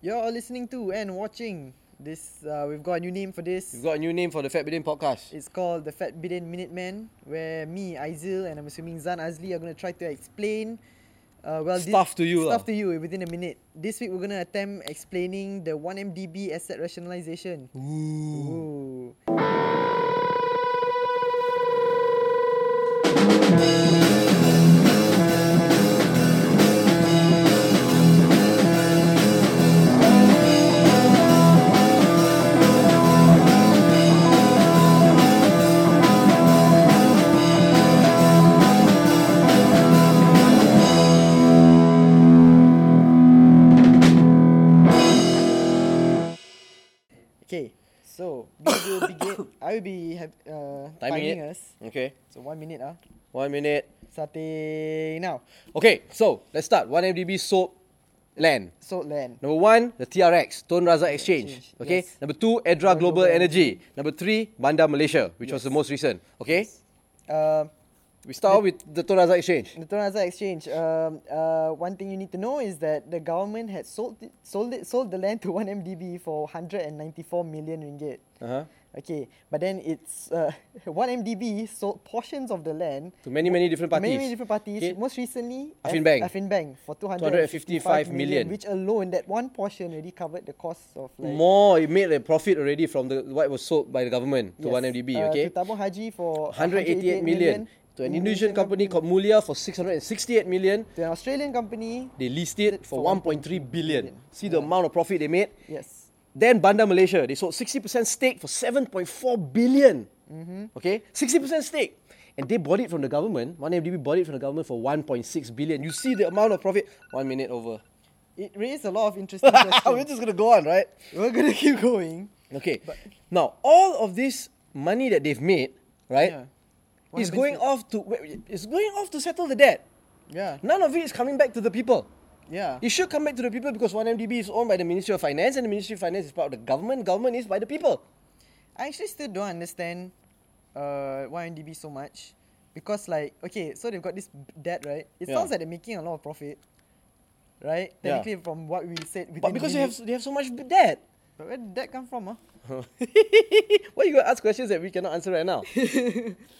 You're all listening to and watching this. Uh, we've got a new name for We've this. got a new name for the Fat Bidin podcast. It's called the Fat Bidden Minuteman, where me, Aizil, and I'm assuming Zan Azli are gonna try to explain. Uh, well, thi- Stuff to you Stuff to lah. you within a minute. This week we're gonna attempt explaining the 1MDB asset rationalization. Ooh. Okay, so we will begin. I will be have, uh, timing, Timing it. us. Okay, So one minute ah. one minute. Starting now. Okay, so let's start. 1MDB soap land. So land. Number one, the TRX, Tone Raza Exchange. Exchange, Okay. yes. Number two, Edra Global, Global Energy. Number three, Bandar Malaysia, which was the most recent. Okay. Uh, We start off with the Tone Raza Exchange. the Tonaza Exchange. Um, uh, one thing you need to know is that the government had sold it, sold it, sold the land to 1MDB for 194 million ringgit. Uh-huh. Okay, but then it's uh, 1MDB sold portions of the land To many, many different to parties. many, many different parties. Okay. Most recently, Affin Bank. Affin Bank for 255 million, 255 million. which alone that one portion already covered the cost of like More, it made a profit already from the what was sold by the government to yes, 1MDB. uh, okay. to Tabung Haji for 188 million. To an Indonesian company called Mulia for 668 million. to an Australian company. They listed it for For 1.3 billion. See the amount of profit they made. Yes. Then Bandar Malaysia, they sold 60% stake for 7.4 billion. Okay, 60% stake. And they bought it from the government. One MDB bought it from the government for 1.6 billion. You see the amount of profit. One minute over. It raised a lot of interesting questions. We're just gonna go on, right? We're gonna keep going. Okay. now all of this money that they've made, right, What is happens going to- off to is going off to settle the debt. Yeah. None of it is coming back to the people. Yeah. It should come back to the people because 1MDB is owned by the Ministry of Finance and the Ministry of Finance is part of the government. Government is by the people. I actually still don't understand uh YNDB so much. Because like okay, so they've got this b- debt, right? It Yeah. sounds like they're making a lot of profit. Right? Yeah. Technically from what we said within But because the they have, minute- they have so much debt. But where did that come from, huh? Why you gonna ask questions that we cannot answer right now?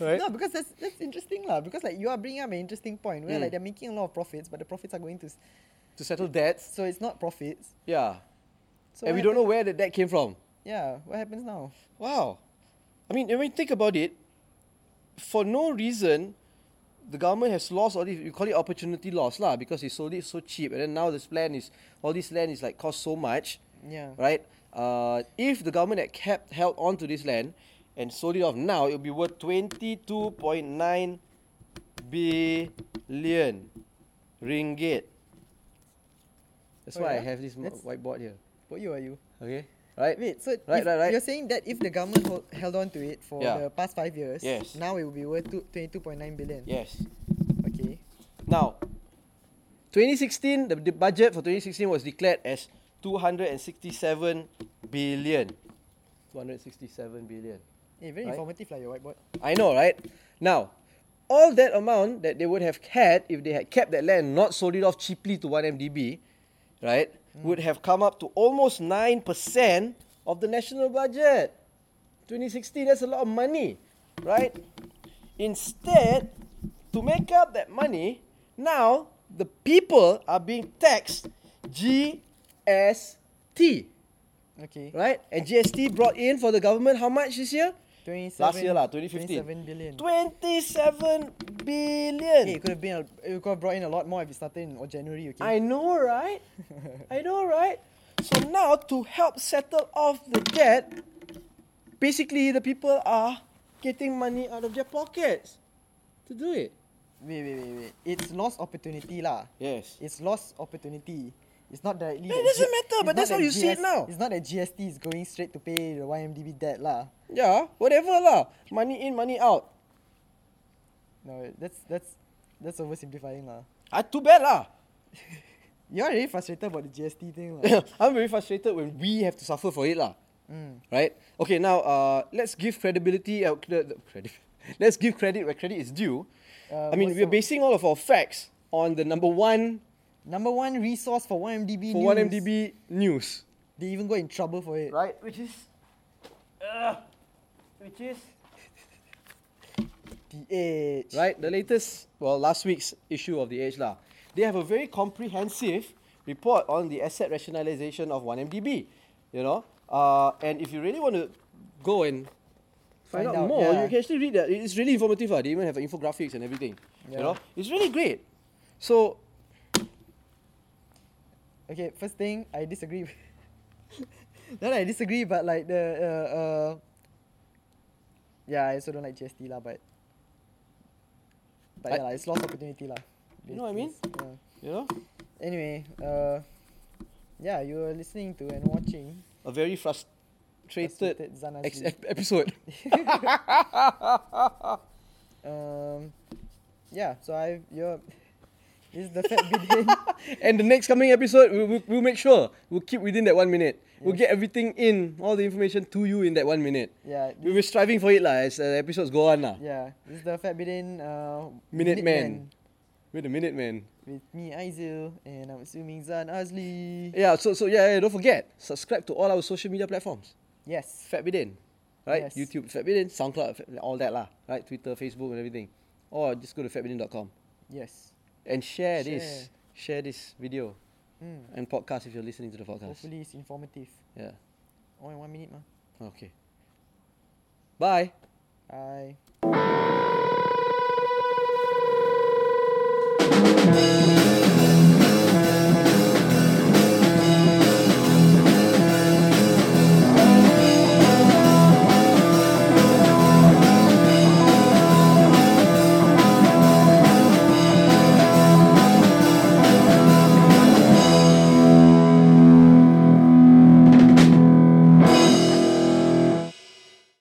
right? No, because that's that's interesting lah. Because like you are bringing up an interesting point Hmm. where like they're making a lot of profits, but the profits are going to, s- To settle debts. so it's not profits. Yeah. So and we what don't know happen- where the debt came from. Yeah, what happens now? Wow. I mean, when you think about it, for no reason, the government has lost all this. You call it opportunity loss, lah, because they sold it so cheap, and then now this land is all this land is like cost so much, Yeah. right? Uh, if the government had kept held on to this land and sold it off now, it would be worth twenty two point nine billion ringgit. That's Oh, why I yeah? have this mo- That's- whiteboard here. What you are you? Okay, right? Wait, so if Right, right, right. you're saying that if the government hol- held on to it for the Yeah. past five years, Yes. now it will be worth two- 22.9 billion. Yes. Okay. Now, 2016, the, the budget for 2016 was declared as 267 billion. 267 billion. Eh, very Right. informative like your whiteboard. I know, right? Now, all that amount that they would have had if they had kept that land, not sold it off cheaply to 1MDB, right, would have come up to almost 9% of the national budget. 2016, that's a lot of money, right? Instead, to make up that money, now the people are being taxed GST, Okay. right? And GST brought in for the government how much this year? 27, Last year lah, 2015. 27 billion. 27 billion. Eh, it could have been, a, it could have brought in a lot more if it started in or January, okay? I know, right? I know, right? So now to help settle off the debt, basically the people are getting money out of their pockets to do it. Wait, wait, wait, wait. It's lost opportunity lah. Yes. It's lost opportunity. It's not directly. It that doesn't matter, it's but not that's how that you see it GS now. It's not that GST is going straight to pay the YMDB debt lah. Yeah, whatever lah. Money in, money out. No, that's that's that's oversimplifying lah. Ah, too bad lah. You're really frustrated about the GST thing. lah. I'm very frustrated when we have to suffer for it lah. Right? Okay, now uh, let's give credibility. Uh, cre- the- credit. Let's give credit where credit is due. Uh, I mean, what's we're the- basing all of our facts on the number one Number one resource for 1MDB news. for 1MDB news, They even got in trouble for it. right? Which is, uh, which is The Edge. right? The latest, well, last week's issue of The Age lah. They have a very comprehensive report on the asset rationalization of 1MDB, you know. Uh, and if you really want to go and find, Find out, out, more, yeah. you can actually read that. It's really informative. ah. They even have infographics and everything, you Yeah. know. It's really great. So, Okay, first thing, I disagree. with- Not that I disagree, but like the. Uh, uh, yeah, I also don't like GST lah, but. But I- yeah, lah, it's lost opportunity lah. You know what I mean? Basically, yeah. you know, Anyway, uh, yeah, you were listening to and watching. a very frustrated Frustrated Zana ex- Z. ep- episode. Um, yeah, so I you're this is the fat bidet. and the next coming episode, we'll, we'll, we'll make sure we'll keep within that one minute. We'll get everything in, all the information to you in that one minute. yeah, We this, were striving for it lah as uh, episodes go on lah. yeah, this is the fat bidet. Uh, Minute Man. Wait a minute, man. with me Aizil and I'm assuming Zan Azli. Yeah, so so yeah, yeah, don't forget subscribe to all our social media platforms. Yes, Fat Bidin, right? Yes. YouTube Fat Bidin, SoundCloud, Fat- all that lah, right? Twitter, Facebook, and everything. Or just go to fatbidin.com yes. and share, this, share this video Mm. and podcast if you're listening to the podcast. Hopefully it's informative. Yeah. Only one minute, ma. Okay. Bye. Bye.